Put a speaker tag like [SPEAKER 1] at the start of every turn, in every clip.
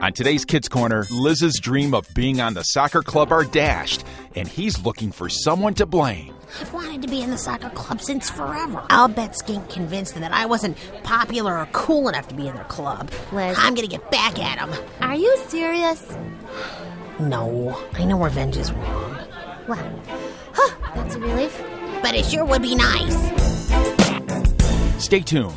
[SPEAKER 1] On today's Kids Corner, Liz's dream of being on the soccer club are dashed, and he's looking for someone to blame.
[SPEAKER 2] I've wanted to be in the soccer club since forever. I'll bet Skink convinced them that I wasn't popular or cool enough to be in their club.
[SPEAKER 3] Liz.
[SPEAKER 2] I'm gonna get back at him.
[SPEAKER 3] Are you serious?
[SPEAKER 2] No, I know revenge is wrong,
[SPEAKER 3] Well, huh, that's a relief.
[SPEAKER 2] but it sure would be nice.
[SPEAKER 1] Stay tuned.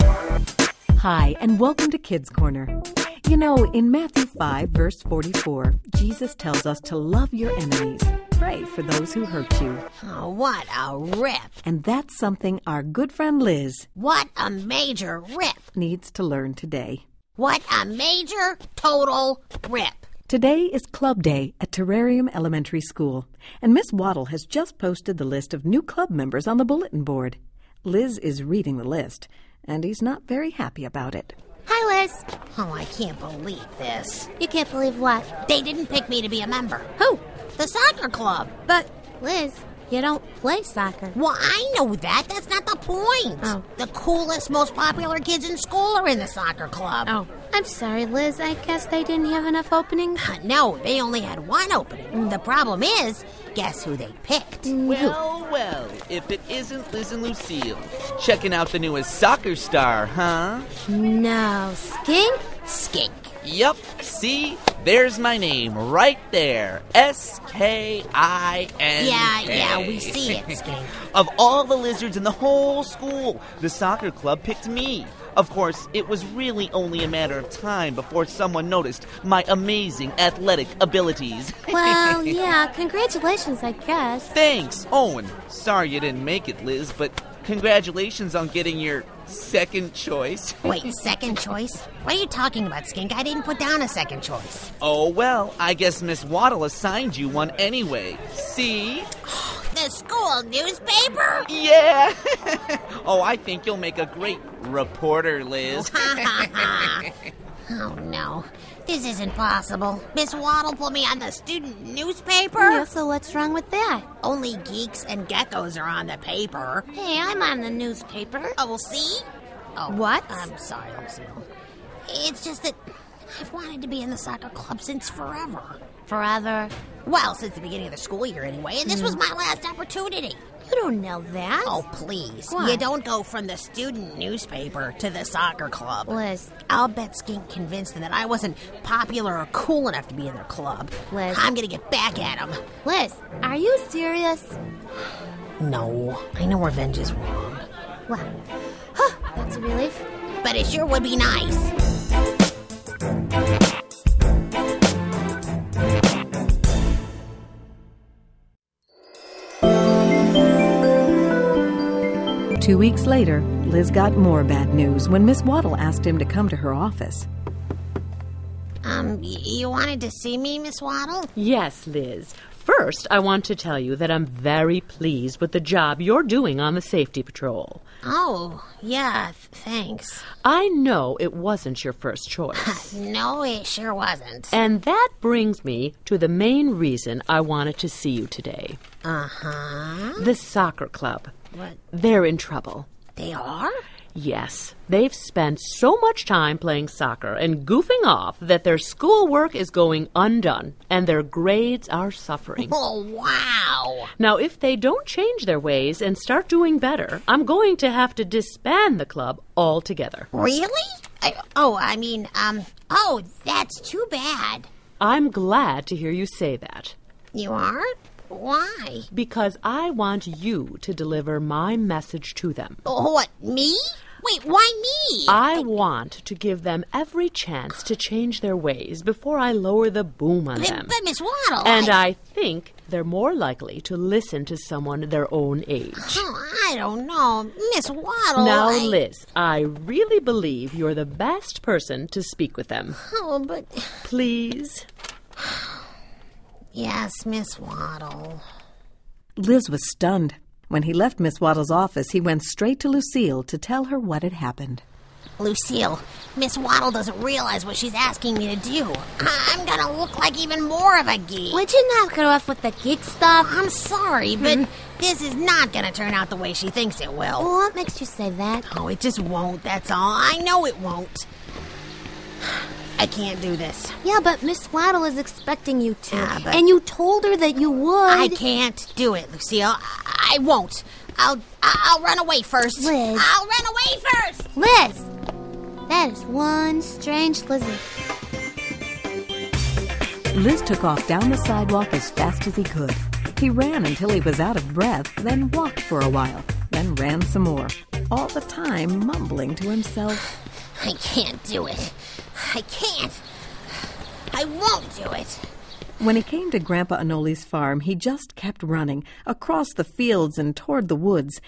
[SPEAKER 4] Hi, and welcome to Kids Corner. You know, in Matthew 5, verse 44, Jesus tells us to love your enemies, pray for those who hurt you.
[SPEAKER 2] Oh, what a rip.
[SPEAKER 4] And that's something our good friend Liz
[SPEAKER 2] What a major rip.
[SPEAKER 4] needs to learn today.
[SPEAKER 2] What a major total rip.
[SPEAKER 4] Today is Club Day at Terrarium Elementary School, and Miss Waddle has just posted the list of new club members on the bulletin board. Liz is reading the list, and he's not very happy about it.
[SPEAKER 3] Hi, Liz.
[SPEAKER 2] Oh, I can't believe this.
[SPEAKER 3] You can't believe what?
[SPEAKER 2] They didn't pick me to be a member.
[SPEAKER 3] Who?
[SPEAKER 2] The soccer club.
[SPEAKER 3] But, Liz, you don't play soccer.
[SPEAKER 2] Well, I know that. That's not the point.
[SPEAKER 3] Oh.
[SPEAKER 2] The coolest, most popular kids in school are in the soccer club.
[SPEAKER 3] I'm sorry, Liz. I guess they didn't have enough openings.
[SPEAKER 2] Uh, No, they only had one opening. The problem is, guess who they picked?
[SPEAKER 5] Well, well, if it isn't Liz and Lucille. Checking out the newest soccer star, huh?
[SPEAKER 3] No. Skink?
[SPEAKER 2] Skink.
[SPEAKER 5] Yup, see? There's my name right there. S K I N.
[SPEAKER 2] Yeah, yeah, we see it, Skink.
[SPEAKER 5] Of all the lizards in the whole school, the soccer club picked me. Of course, it was really only a matter of time before someone noticed my amazing athletic abilities.
[SPEAKER 3] Well, yeah, congratulations, I guess.
[SPEAKER 5] Thanks, Owen. Sorry you didn't make it, Liz, but congratulations on getting your second choice.
[SPEAKER 2] Wait, second choice? What are you talking about, Skink? I didn't put down a second choice.
[SPEAKER 5] Oh well, I guess Miss Waddle assigned you one anyway. See?
[SPEAKER 2] The school newspaper?
[SPEAKER 5] Yeah! oh, I think you'll make a great reporter, Liz.
[SPEAKER 2] Oh, no. This isn't possible. Miss Waddle put me on the student newspaper?
[SPEAKER 3] Yeah, so what's wrong with that?
[SPEAKER 2] Only geeks and geckos are on the paper.
[SPEAKER 3] Hey, I'm on the newspaper.
[SPEAKER 2] Oh, well, see? Oh,
[SPEAKER 3] What?
[SPEAKER 2] I'm sorry, Lucille. It's just that I've wanted to be in the soccer club since forever.
[SPEAKER 3] Forever.
[SPEAKER 2] Well, since the beginning of the school year, anyway, and this was my last opportunity.
[SPEAKER 3] You don't know that.
[SPEAKER 2] Oh, please.
[SPEAKER 3] Why?
[SPEAKER 2] You don't go from the student newspaper to the soccer club.
[SPEAKER 3] Liz.
[SPEAKER 2] I'll bet Skink convinced them that I wasn't popular or cool enough to be in their club.
[SPEAKER 3] Liz.
[SPEAKER 2] I'm gonna get back at him.
[SPEAKER 3] Liz, are you serious?
[SPEAKER 2] No, I know revenge is wrong,
[SPEAKER 3] Well, huh, that's a relief.
[SPEAKER 2] but it sure would be nice.
[SPEAKER 4] Two weeks later, Liz got more bad news when Miss Waddle asked him to come to her office.
[SPEAKER 2] Um, y- you wanted to see me, Miss Waddle?
[SPEAKER 6] Yes, Liz. First, I want to tell you that I'm very pleased with the job you're doing on the safety patrol.
[SPEAKER 2] Oh, yeah, th- thanks.
[SPEAKER 6] I know it wasn't your first choice.
[SPEAKER 2] No, it sure wasn't.
[SPEAKER 6] and that brings me to the main reason I wanted to see you today
[SPEAKER 2] Uh huh.
[SPEAKER 6] the soccer club.
[SPEAKER 2] What?
[SPEAKER 6] They're in trouble.
[SPEAKER 2] They are?
[SPEAKER 6] Yes, they've spent so much time playing soccer and goofing off that their schoolwork is going undone and their grades are suffering.
[SPEAKER 2] Oh, wow.
[SPEAKER 6] Now, if they don't change their ways and start doing better, I'm going to have to disband the club altogether.
[SPEAKER 2] Really? I, oh, I mean, um, oh, that's too bad.
[SPEAKER 6] I'm glad to hear you say that
[SPEAKER 2] You are? Why?
[SPEAKER 6] because I want you to deliver my message to them.
[SPEAKER 2] Oh, What, me? Well, Wait, why me?
[SPEAKER 6] I want to give them every chance to change their ways before I lower the boom on
[SPEAKER 2] but,
[SPEAKER 6] them.
[SPEAKER 2] but Miss Waddle.
[SPEAKER 6] And uh,
[SPEAKER 2] I,
[SPEAKER 6] I think they're more likely to listen to someone their own age.
[SPEAKER 2] I don't know. Oh, Miss Waddle.
[SPEAKER 6] Now,
[SPEAKER 2] Oh, I-
[SPEAKER 6] Liz, I really believe you're the best person to speak with them.
[SPEAKER 2] Oh, but
[SPEAKER 6] Please.
[SPEAKER 2] yes, Miss Waddle.
[SPEAKER 4] Liz was stunned. When he left Miss Waddle's office, he went straight to Lucille to tell her what had happened.
[SPEAKER 2] Lucille, Miss Waddle doesn't realize what she's asking me to do. I- I'm gonna look like even more of a geek.
[SPEAKER 3] Would you not go off with the geek stuff? Mm-hmm.
[SPEAKER 2] I'm sorry, but this is not gonna turn out the way she thinks it will.
[SPEAKER 3] What makes you say that?
[SPEAKER 2] Oh, it just won't, that's all. I know it won't. I can't do this.
[SPEAKER 3] Yeah, but Miss Waddle is expecting you to.
[SPEAKER 2] Yeah, but-
[SPEAKER 3] And you told her that you would.
[SPEAKER 2] I can't do it, Lucille. I, I won't. I'll I'll run away first.
[SPEAKER 3] Liz.
[SPEAKER 2] I'll run away first.
[SPEAKER 3] Liz! That is one strange lizard.
[SPEAKER 4] Liz took off down the sidewalk as fast as he could. He ran until he was out of breath, then walked for a while, then ran some more, all the time mumbling to himself.
[SPEAKER 2] I can't do it. I can't. I won't do it.
[SPEAKER 4] When he came to Grandpa Anoli's farm, he just kept running, across the fields and toward the woods.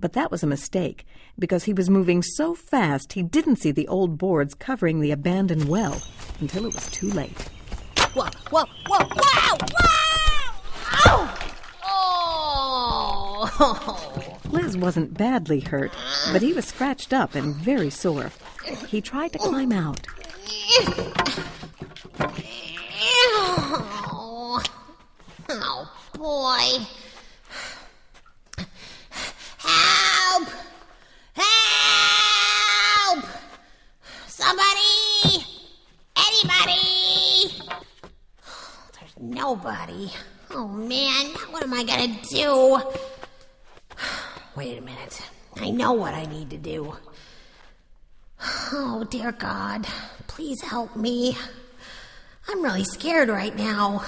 [SPEAKER 4] But that was a mistake, because he was moving so fast he didn't see the old boards covering the abandoned well until it was too late.
[SPEAKER 2] Whoa, whoa, whoa, whoa, whoa! Oh! Oh!
[SPEAKER 4] Liz wasn't badly hurt, but he was scratched up and very sore. He tried to climb out.
[SPEAKER 2] Ew. Oh, boy. Help! Help! Somebody! Anybody! There's nobody. Oh, man, now what am I gonna do? Wait a minute. I know what I need to do. Oh, dear God, please help me. I'm really scared right now.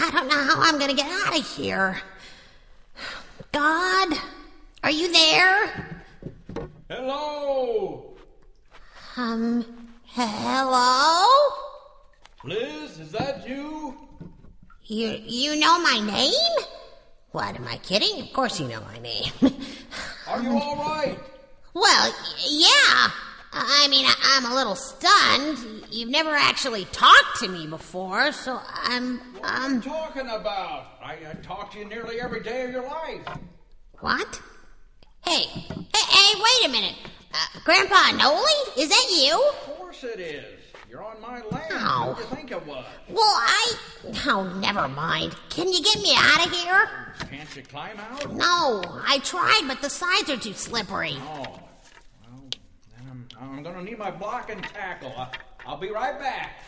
[SPEAKER 2] I don't know how I'm going to get out of here. God, are you there?
[SPEAKER 7] Hello!
[SPEAKER 2] Um, hello?
[SPEAKER 7] Liz, is that you?
[SPEAKER 2] You you know my name? What am I kidding? Of course you know my name.
[SPEAKER 7] Are you alright?
[SPEAKER 2] well, y- yeah. I mean, I- I'm a little stunned. You've never actually talked to me before, so I'm um
[SPEAKER 7] Talking about? I, I talk to you nearly every day of your life.
[SPEAKER 2] What? Hey, hey, hey, wait a minute. Uh, Grandpa Noli? Is that you?
[SPEAKER 7] Of course it is. You're on my land.
[SPEAKER 2] Ow.
[SPEAKER 7] What do you think it was?
[SPEAKER 2] Well, I. Oh, never mind. Can you get me out of here?
[SPEAKER 7] Can't you climb out?
[SPEAKER 2] No, I tried, but the sides are too slippery.
[SPEAKER 7] Oh, well, then I'm, I'm gonna need my block and tackle. I, I'll be right back.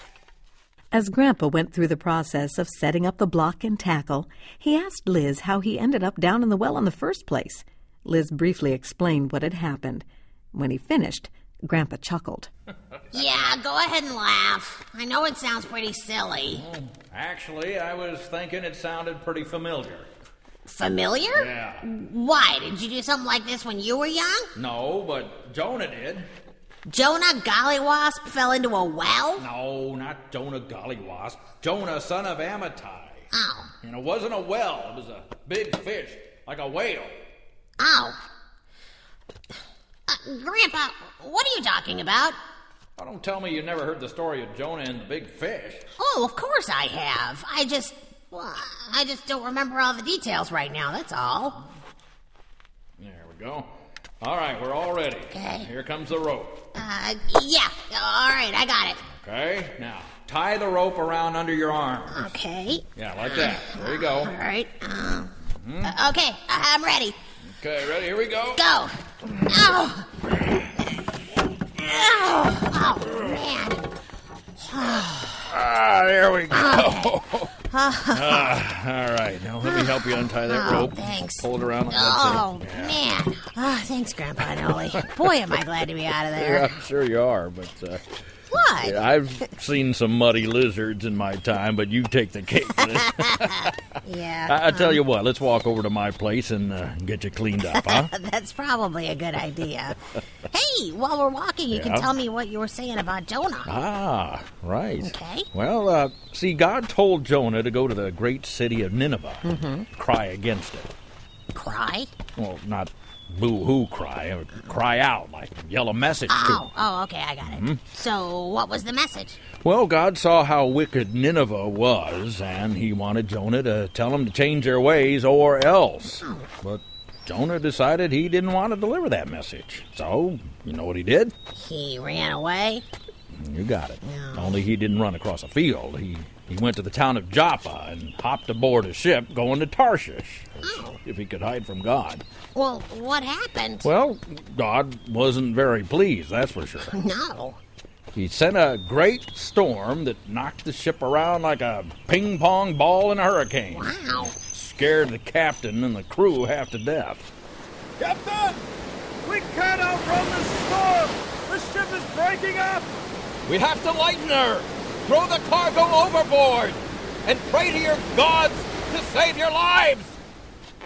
[SPEAKER 4] As Grandpa went through the process of setting up the block and tackle, he asked Liz how he ended up down in the well in the first place. Liz briefly explained what had happened. When he finished, Grandpa chuckled.
[SPEAKER 2] Yeah, go ahead and laugh. I know it sounds pretty silly.
[SPEAKER 7] Actually, I was thinking it sounded pretty familiar.
[SPEAKER 2] Familiar?
[SPEAKER 7] Yeah.
[SPEAKER 2] Why? Did you do something like this when you were young?
[SPEAKER 7] No, but Jonah did.
[SPEAKER 2] Jonah Gollywasp fell into a well?
[SPEAKER 7] No, not Jonah Gollywasp. Jonah, son of Amittai.
[SPEAKER 2] Oh.
[SPEAKER 7] And it wasn't a well, it was a big fish, like a whale.
[SPEAKER 2] Oh. Uh, Grandpa, what are you talking about?
[SPEAKER 7] Oh, don't tell me you never heard the story of Jonah and the big fish.
[SPEAKER 2] Oh, of course I have. I just, well, I just don't remember all the details right now. That's all.
[SPEAKER 7] There we go. All right, we're all ready.
[SPEAKER 2] Okay.
[SPEAKER 7] Here comes the rope.
[SPEAKER 2] Uh, yeah. All right, I got it.
[SPEAKER 7] Okay, now tie the rope around under your arm.
[SPEAKER 2] Okay.
[SPEAKER 7] Yeah, like that. There you
[SPEAKER 2] All
[SPEAKER 7] go.
[SPEAKER 2] right. Uh, uh, okay, I- I'm ready.
[SPEAKER 7] Okay, ready? Here we go.
[SPEAKER 2] Go. Ow. Ow. Oh man.
[SPEAKER 7] Ah, there we go. Ah, all right, now let me help you untie that rope.
[SPEAKER 2] Ah, thanks.
[SPEAKER 7] Pull it around like that.
[SPEAKER 2] Oh man. Ah, thanks, Grandpa Noli. Boy, am I glad to be out of
[SPEAKER 7] Yeah,
[SPEAKER 2] there.
[SPEAKER 7] I'm sure you are, but uh,
[SPEAKER 2] What?
[SPEAKER 7] I've seen some muddy lizards in my time, but you take the cake. Liz.
[SPEAKER 2] Yeah,
[SPEAKER 7] I, I tell you what, let's walk over to my place and uh, get you cleaned up, huh?
[SPEAKER 2] that's probably a good idea. hey, while we're walking, you
[SPEAKER 7] Yeah.
[SPEAKER 2] can tell me what you were saying about Jonah.
[SPEAKER 7] Ah, right.
[SPEAKER 2] Okay.
[SPEAKER 7] Well, uh, see, God told Jonah to go to the great city of Nineveh, cry against it.
[SPEAKER 2] Cry?
[SPEAKER 7] Well, not boo hoo cry, or cry out, like yell a message to
[SPEAKER 2] Oh, oh, okay, I got it. So, what was the message?
[SPEAKER 7] Well, God saw how wicked Nineveh was, and he wanted Jonah to tell them to change their ways or else. But Jonah decided he didn't want to deliver that message. So, you know what he did?
[SPEAKER 2] He ran away.
[SPEAKER 7] You got it. Only he didn't run across a field. He he went to the town of Joppa and hopped aboard a ship going to Tarshish, if he could hide from God.
[SPEAKER 2] Well, what happened?
[SPEAKER 7] Well, God wasn't very pleased, that's for sure.
[SPEAKER 2] No.
[SPEAKER 7] He sent a great storm that knocked the ship around like a ping pong ball in a hurricane.
[SPEAKER 2] Wow.
[SPEAKER 7] Scared the captain and the crew half to death.
[SPEAKER 8] Captain! We can't outrun the storm! The ship is breaking up! We have to lighten her! Throw the cargo overboard! And pray to your gods to save your lives!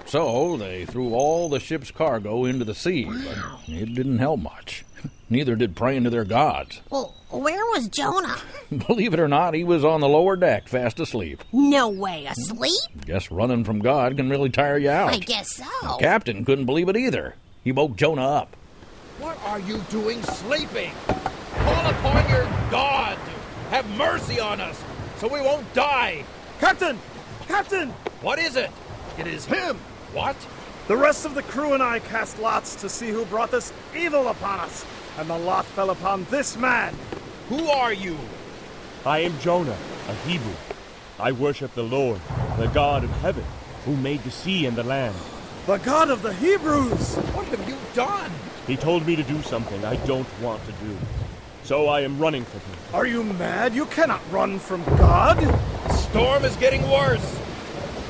[SPEAKER 7] So they threw all the ship's cargo into the sea, but it didn't help much. Neither did praying to their gods.
[SPEAKER 2] Well, where was Jonah?
[SPEAKER 7] Believe it or not, he was on the lower deck, fast asleep.
[SPEAKER 2] No way, asleep?
[SPEAKER 7] Guess running from God can really tire you out.
[SPEAKER 2] I guess so.
[SPEAKER 7] Captain couldn't believe it either. He woke Jonah up.
[SPEAKER 8] What are you doing sleeping? Call upon your God to have mercy on us so we won't die! Captain! Captain! What is it? It is him! What?
[SPEAKER 9] The rest of the crew and I cast lots to see who brought this evil upon us, and the lot fell upon this man.
[SPEAKER 8] Who are you?
[SPEAKER 9] I am Jonah, a Hebrew. I worship the Lord, the God of heaven, who made the sea and the land. The God of the Hebrews!
[SPEAKER 8] What have you done?
[SPEAKER 9] He told me to do something I don't want to do. So I am running from him. Are you mad? You cannot run from God!
[SPEAKER 8] Storm is getting worse.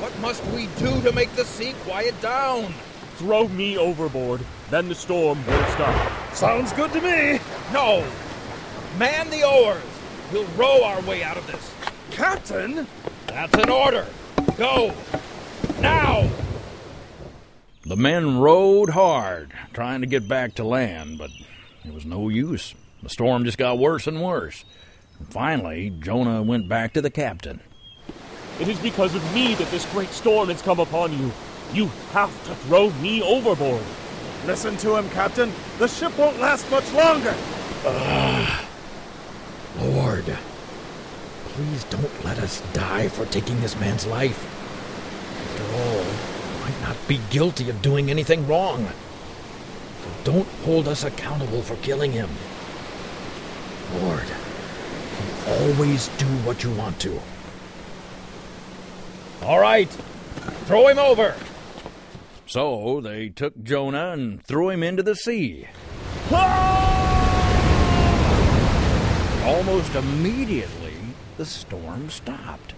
[SPEAKER 8] What must we do to make the sea quiet down?
[SPEAKER 9] Throw me overboard, then the storm will stop. Sounds good to me!
[SPEAKER 8] No. Man the oars. We'll row our way out of this.
[SPEAKER 9] Captain?
[SPEAKER 8] That's an order. Go. Now.
[SPEAKER 7] The men rowed hard, trying to get back to land, but it was no use. The storm just got worse and worse. And finally, Jonah went back to the captain.
[SPEAKER 9] It is because of me that this great storm has come upon you. You have to throw me overboard. Listen to him, Captain. The ship won't last much longer.
[SPEAKER 8] Lord, please don't let us die for taking this man's life. After all, we might not be guilty of doing anything wrong. So don't hold us accountable for killing him. Lord, you always do what you want to.
[SPEAKER 7] All right, throw him over. So they took Jonah and threw him into the sea. Almost immediately, the storm stopped.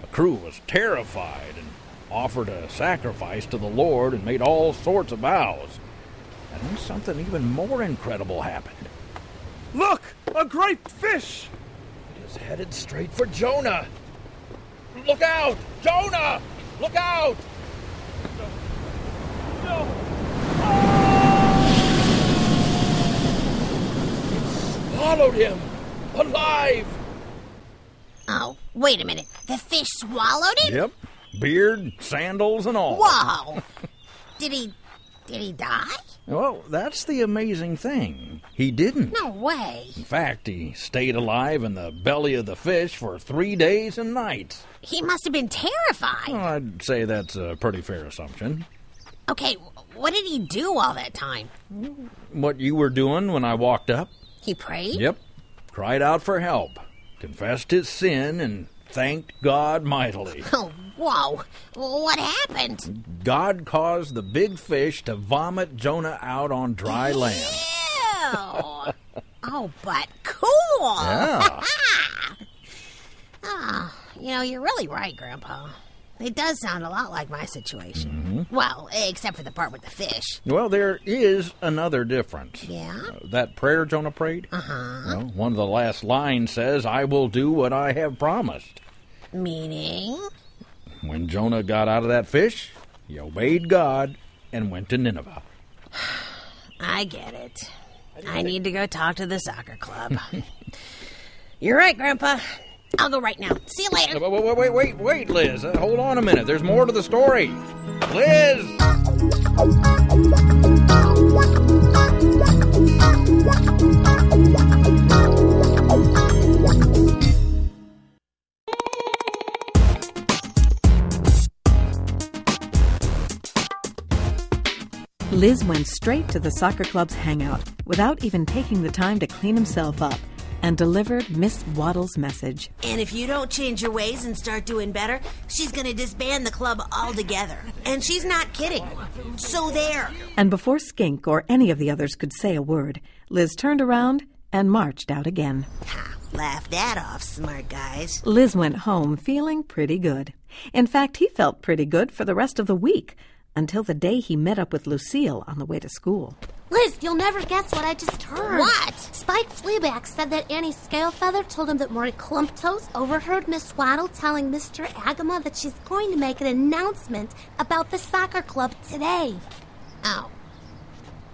[SPEAKER 7] The crew was terrified and offered a sacrifice to the Lord and made all sorts of vows. And then something even more incredible happened.
[SPEAKER 9] Look, a great fish.
[SPEAKER 8] It is headed straight for Jonah. Look out! Jonah! Look out! It swallowed him alive!
[SPEAKER 2] Oh, wait a minute. The fish swallowed him?
[SPEAKER 7] Yep, beard, sandals, and all.
[SPEAKER 2] Whoa. did he did he die?
[SPEAKER 7] Well, that's the amazing thing. He didn't.
[SPEAKER 2] No way.
[SPEAKER 7] In fact, he stayed alive in the belly of the fish for three days and nights.
[SPEAKER 2] He must have been terrified.
[SPEAKER 7] Well, I'd say that's a pretty fair assumption.
[SPEAKER 2] Okay, wh- what did he do all that time?
[SPEAKER 7] What you were doing when I walked up?
[SPEAKER 2] He prayed?
[SPEAKER 7] Yep. Cried out for help, confessed his sin, and thanked God mightily.
[SPEAKER 2] Oh, whoa. What happened?
[SPEAKER 7] God caused the big fish to vomit Jonah out on dry land.
[SPEAKER 2] Ew. oh, but cool.
[SPEAKER 7] Yeah.
[SPEAKER 2] Ah, You know, you're really right, Grandpa. It does sound a lot like my situation. Well, except for the part with the fish.
[SPEAKER 7] Well, there is another difference.
[SPEAKER 2] Yeah?
[SPEAKER 7] Uh, that prayer Jonah prayed?
[SPEAKER 2] Uh huh.
[SPEAKER 7] Well, one of the last lines says, I will do what I have promised.
[SPEAKER 2] Meaning?
[SPEAKER 7] When Jonah got out of that fish, he obeyed God and went to Nineveh.
[SPEAKER 2] I get it. I need to go talk to the soccer club. You're right, Grandpa. I'll go right now. See you later.
[SPEAKER 7] Uh, Wait, wait, wait, wait, wait Liz. Uh, hold on a minute. There's more to the story. Liz!
[SPEAKER 4] Liz went straight to the soccer club's hangout without even taking the time to clean himself up and delivered Miss Waddle's message.
[SPEAKER 2] And if you don't change your ways and start doing better, she's going to disband the club altogether. And she's not kidding. So there.
[SPEAKER 4] And before Skink or any of the others could say a word, Liz turned around and marched out again.
[SPEAKER 2] Laugh that off, smart guys.
[SPEAKER 4] Liz went home feeling pretty good. In fact, he felt pretty good for the rest of the week until the day he met up with Lucille on the way to school.
[SPEAKER 3] Liz, you'll never guess what I just heard.
[SPEAKER 2] What?
[SPEAKER 3] Spike Fleabag said that Annie Scalefeather told him that Maury Clumptoes overheard Miss Waddle telling Mr. Agama that she's going to make an announcement about the soccer club today.
[SPEAKER 2] Oh,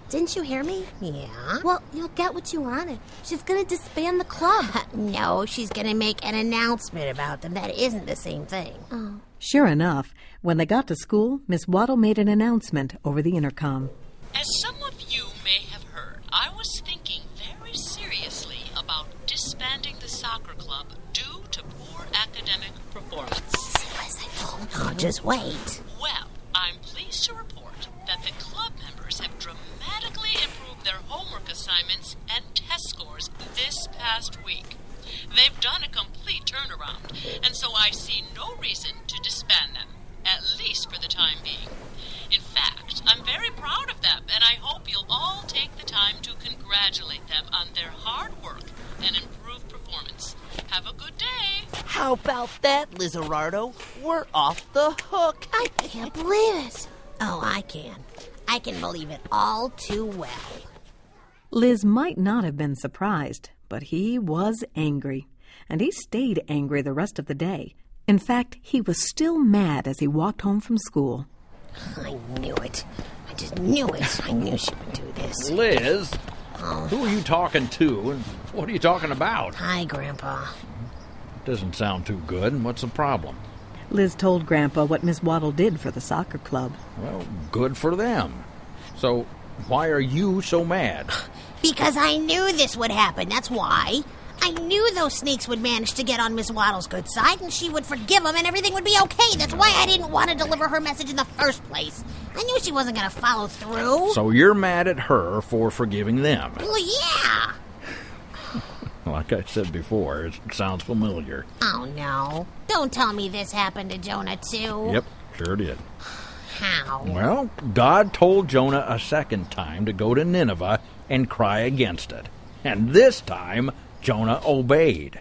[SPEAKER 3] Didn't you hear me?
[SPEAKER 2] yeah?
[SPEAKER 3] Well, you'll get what you wanted. She's going to disband the club.
[SPEAKER 2] No, she's going to make an announcement about them. That isn't the same thing.
[SPEAKER 3] Oh.
[SPEAKER 4] Sure enough, when they got to school, Miss Waddle made an announcement over the intercom.
[SPEAKER 6] As some of you may have heard, I was thinking very seriously about disbanding the soccer club due to poor academic performance.
[SPEAKER 2] Liz, I told Oh, just wait.
[SPEAKER 6] Well, I'm pleased to report that the club members have dramatically improved their homework assignments and test scores this past week. They've done a complete turnaround, and so I see no reason to disband them, at least for the time being. In fact, I'm very proud of them, and I hope you'll all take the time to congratulate them on their hard work and improved performance. Have a good day!
[SPEAKER 10] How about that, Lizarardo? We're off the hook.
[SPEAKER 3] I can't believe it.
[SPEAKER 2] Oh, I can. I can believe it all too well.
[SPEAKER 4] Liz might not have been surprised, but he was angry. And he stayed angry the rest of the day. In fact, he was still mad as he walked home from school.
[SPEAKER 2] I knew it. I just knew it. I knew she would do this.
[SPEAKER 7] Liz? Who are you talking to and what are you talking about?
[SPEAKER 2] Hi, Grandpa.
[SPEAKER 7] Doesn't sound too good. And What's the problem?
[SPEAKER 4] Liz told Grandpa what Miss Waddle did for the soccer club.
[SPEAKER 7] Well, good for them. So, why are you so mad?
[SPEAKER 2] Because I knew this would happen, that's why. I knew those snakes would manage to get on Miss Waddle's good side and she would forgive them and everything would be okay. That's why I didn't want to deliver her message in the first place. I knew she wasn't going to follow through.
[SPEAKER 7] So, you're mad at her for forgiving them.
[SPEAKER 2] well, yeah.
[SPEAKER 7] Like I said before, it sounds familiar.
[SPEAKER 2] Oh, no. Don't tell me this happened to Jonah, too.
[SPEAKER 7] Yep, sure did.
[SPEAKER 2] How?
[SPEAKER 7] Well, God told Jonah a second time to go to Nineveh and cry against it. And this time, Jonah obeyed.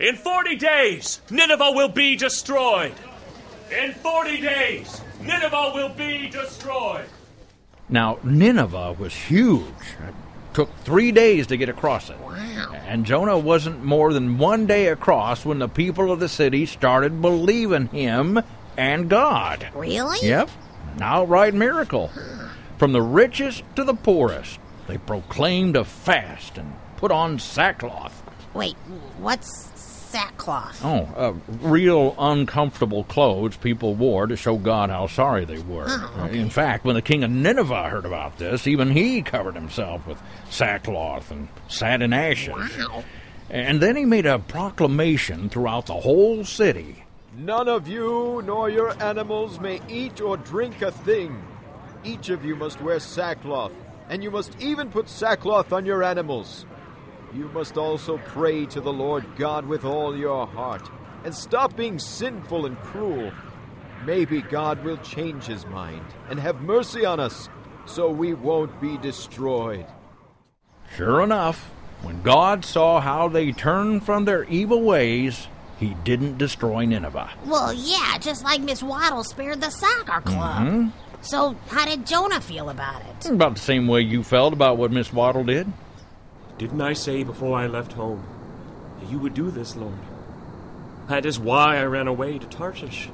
[SPEAKER 9] In 40 days, Nineveh will be destroyed. In 40 days, Nineveh will be destroyed.
[SPEAKER 7] Now, Nineveh was huge. It took three days to get across it.
[SPEAKER 2] Wow.
[SPEAKER 7] And Jonah wasn't more than one day across when the people of the city started believing him and God.
[SPEAKER 2] Really?
[SPEAKER 7] Yep, an outright miracle. From the richest to the poorest, they proclaimed a fast and put on sackcloth.
[SPEAKER 2] Wait, what's sackcloth?
[SPEAKER 7] Oh, uh, real uncomfortable clothes people wore to show God how sorry they were. In fact, when the king of Nineveh heard about this, even he covered himself with sackcloth and sat in ashes. And then he made a proclamation throughout the whole city.
[SPEAKER 5] None of you nor your animals may eat or drink a thing. Each of you must wear sackcloth, and you must even put sackcloth on your animals. You must also pray to the Lord God with all your heart, and stop being sinful and cruel. Maybe God will change his mind and have mercy on us, so we won't be destroyed.
[SPEAKER 7] Sure enough, when God saw how they turned from their evil ways, He didn't destroy Nineveh.
[SPEAKER 3] Well, yeah, just like Miss Waddle spared the soccer club.
[SPEAKER 7] Mhm.
[SPEAKER 3] So, how did Jonah feel about it?
[SPEAKER 7] About the same way you felt about what Miss Waddle did.
[SPEAKER 9] Didn't I say before I left home that you would do this, Lord? That is why I ran away to Tarshish.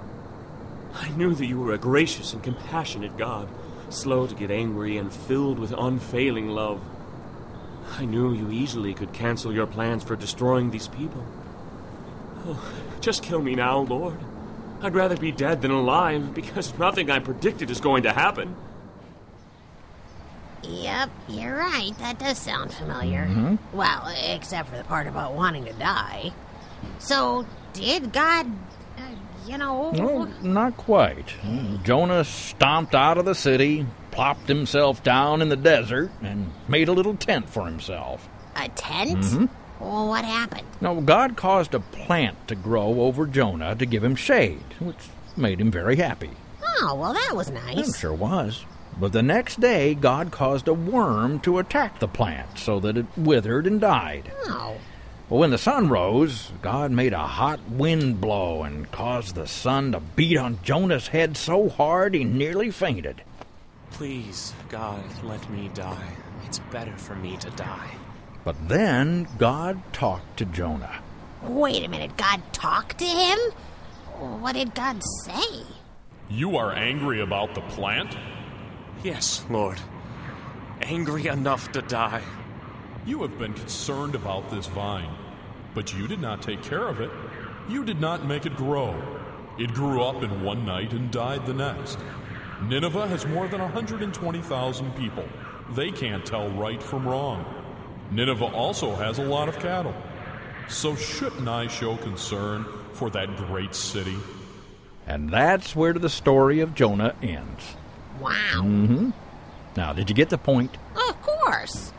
[SPEAKER 9] I knew that you were a gracious and compassionate God, slow to get angry and filled with unfailing love. I knew you easily could cancel your plans for destroying these people. Oh, just kill me now, Lord. I'd rather be dead than alive because nothing I predicted is going to happen.
[SPEAKER 3] Yep, you're right. That does sound familiar.
[SPEAKER 9] Mhm.
[SPEAKER 7] Mm-hmm.
[SPEAKER 3] Well, except for the part about wanting to die. So, did God, uh, you know.
[SPEAKER 7] No, not quite. Jonah stomped out of the city, plopped himself down in the desert, and made a little tent for himself.
[SPEAKER 3] A tent?
[SPEAKER 7] Mhm.
[SPEAKER 3] Well, what happened?
[SPEAKER 7] Now, God caused a plant to grow over Jonah to give him shade, which made him very happy.
[SPEAKER 3] Oh, well, that was nice.
[SPEAKER 7] It sure was. But the next day, God caused a worm to attack the plant so that it withered and died.
[SPEAKER 3] Oh.
[SPEAKER 7] But when the sun rose, God made a hot wind blow and caused the sun to beat on Jonah's head so hard he nearly fainted.
[SPEAKER 5] Please, God, let me die. It's better for me to die.
[SPEAKER 7] But then God talked to Jonah.
[SPEAKER 3] Wait a minute. God talked to him? What did God say?
[SPEAKER 5] You are angry about the plant? Yes, Lord. Angry enough to die.
[SPEAKER 11] You have been concerned about this vine, but you did not take care of it. You did not make it grow. It grew up in one night and died the next. Nineveh has more than 120,000 people. They can't tell right from wrong. Nineveh also has a lot of cattle. So shouldn't I show concern for that great city?
[SPEAKER 7] And that's where the story of Jonah ends.
[SPEAKER 3] Wow.
[SPEAKER 7] hmm Now, did you get the point?
[SPEAKER 3] Of course.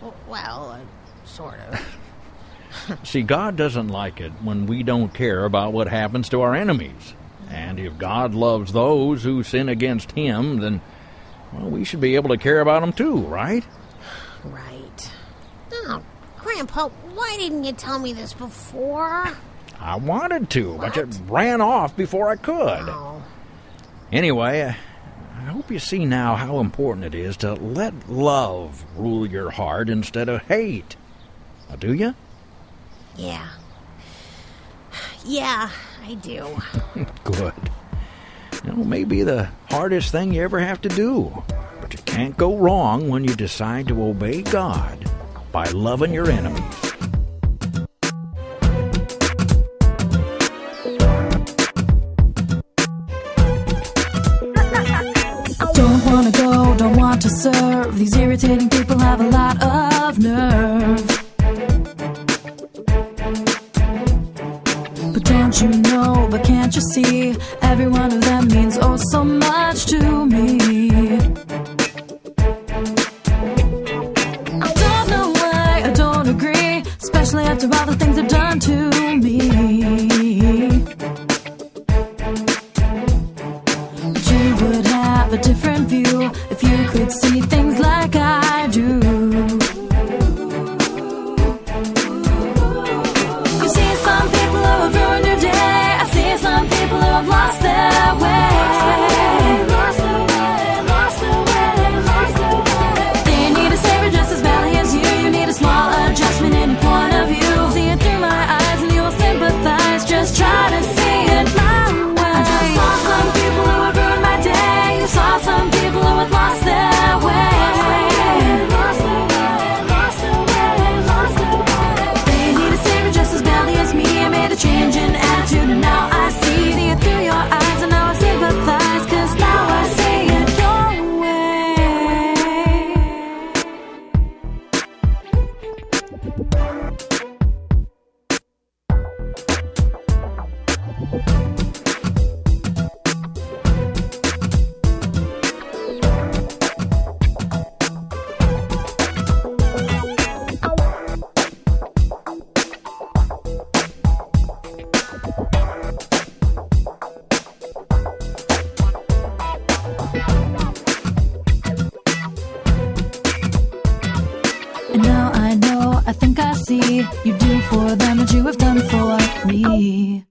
[SPEAKER 3] W- Well, uh, sort of.
[SPEAKER 7] See, God doesn't like it when we don't care about what happens to our enemies. And if God loves those who sin against Him, then well, we should be able to care about them too, right?
[SPEAKER 3] right. Oh, Grandpa, why didn't you tell me this before?
[SPEAKER 7] I wanted to, but it ran off before I
[SPEAKER 3] Oh,
[SPEAKER 7] could. Anyway, I hope you see now how important it is to let love rule your heart instead of hate. Now, do you?
[SPEAKER 3] Yeah. Yeah, I do.
[SPEAKER 7] Good. You know, maybe the hardest thing you ever have to do. But you can't go wrong when you decide to obey God by loving your enemy.
[SPEAKER 4] Don't wanna go, don't want to serve. These irritating people have a lot of nerve. But don't you know, but can't you see? Every one of them means oh so much to me. I don't know why I don't agree, especially after all the things they've done to me. But you would have a different view if you could see things like I do. You see some people who have ruined your day. I see some people who have lost their way. They need a savior just as badly as you. You need a small adjustment in your point of view. See it through my eyes and you I think I see you do for them what you have done for me.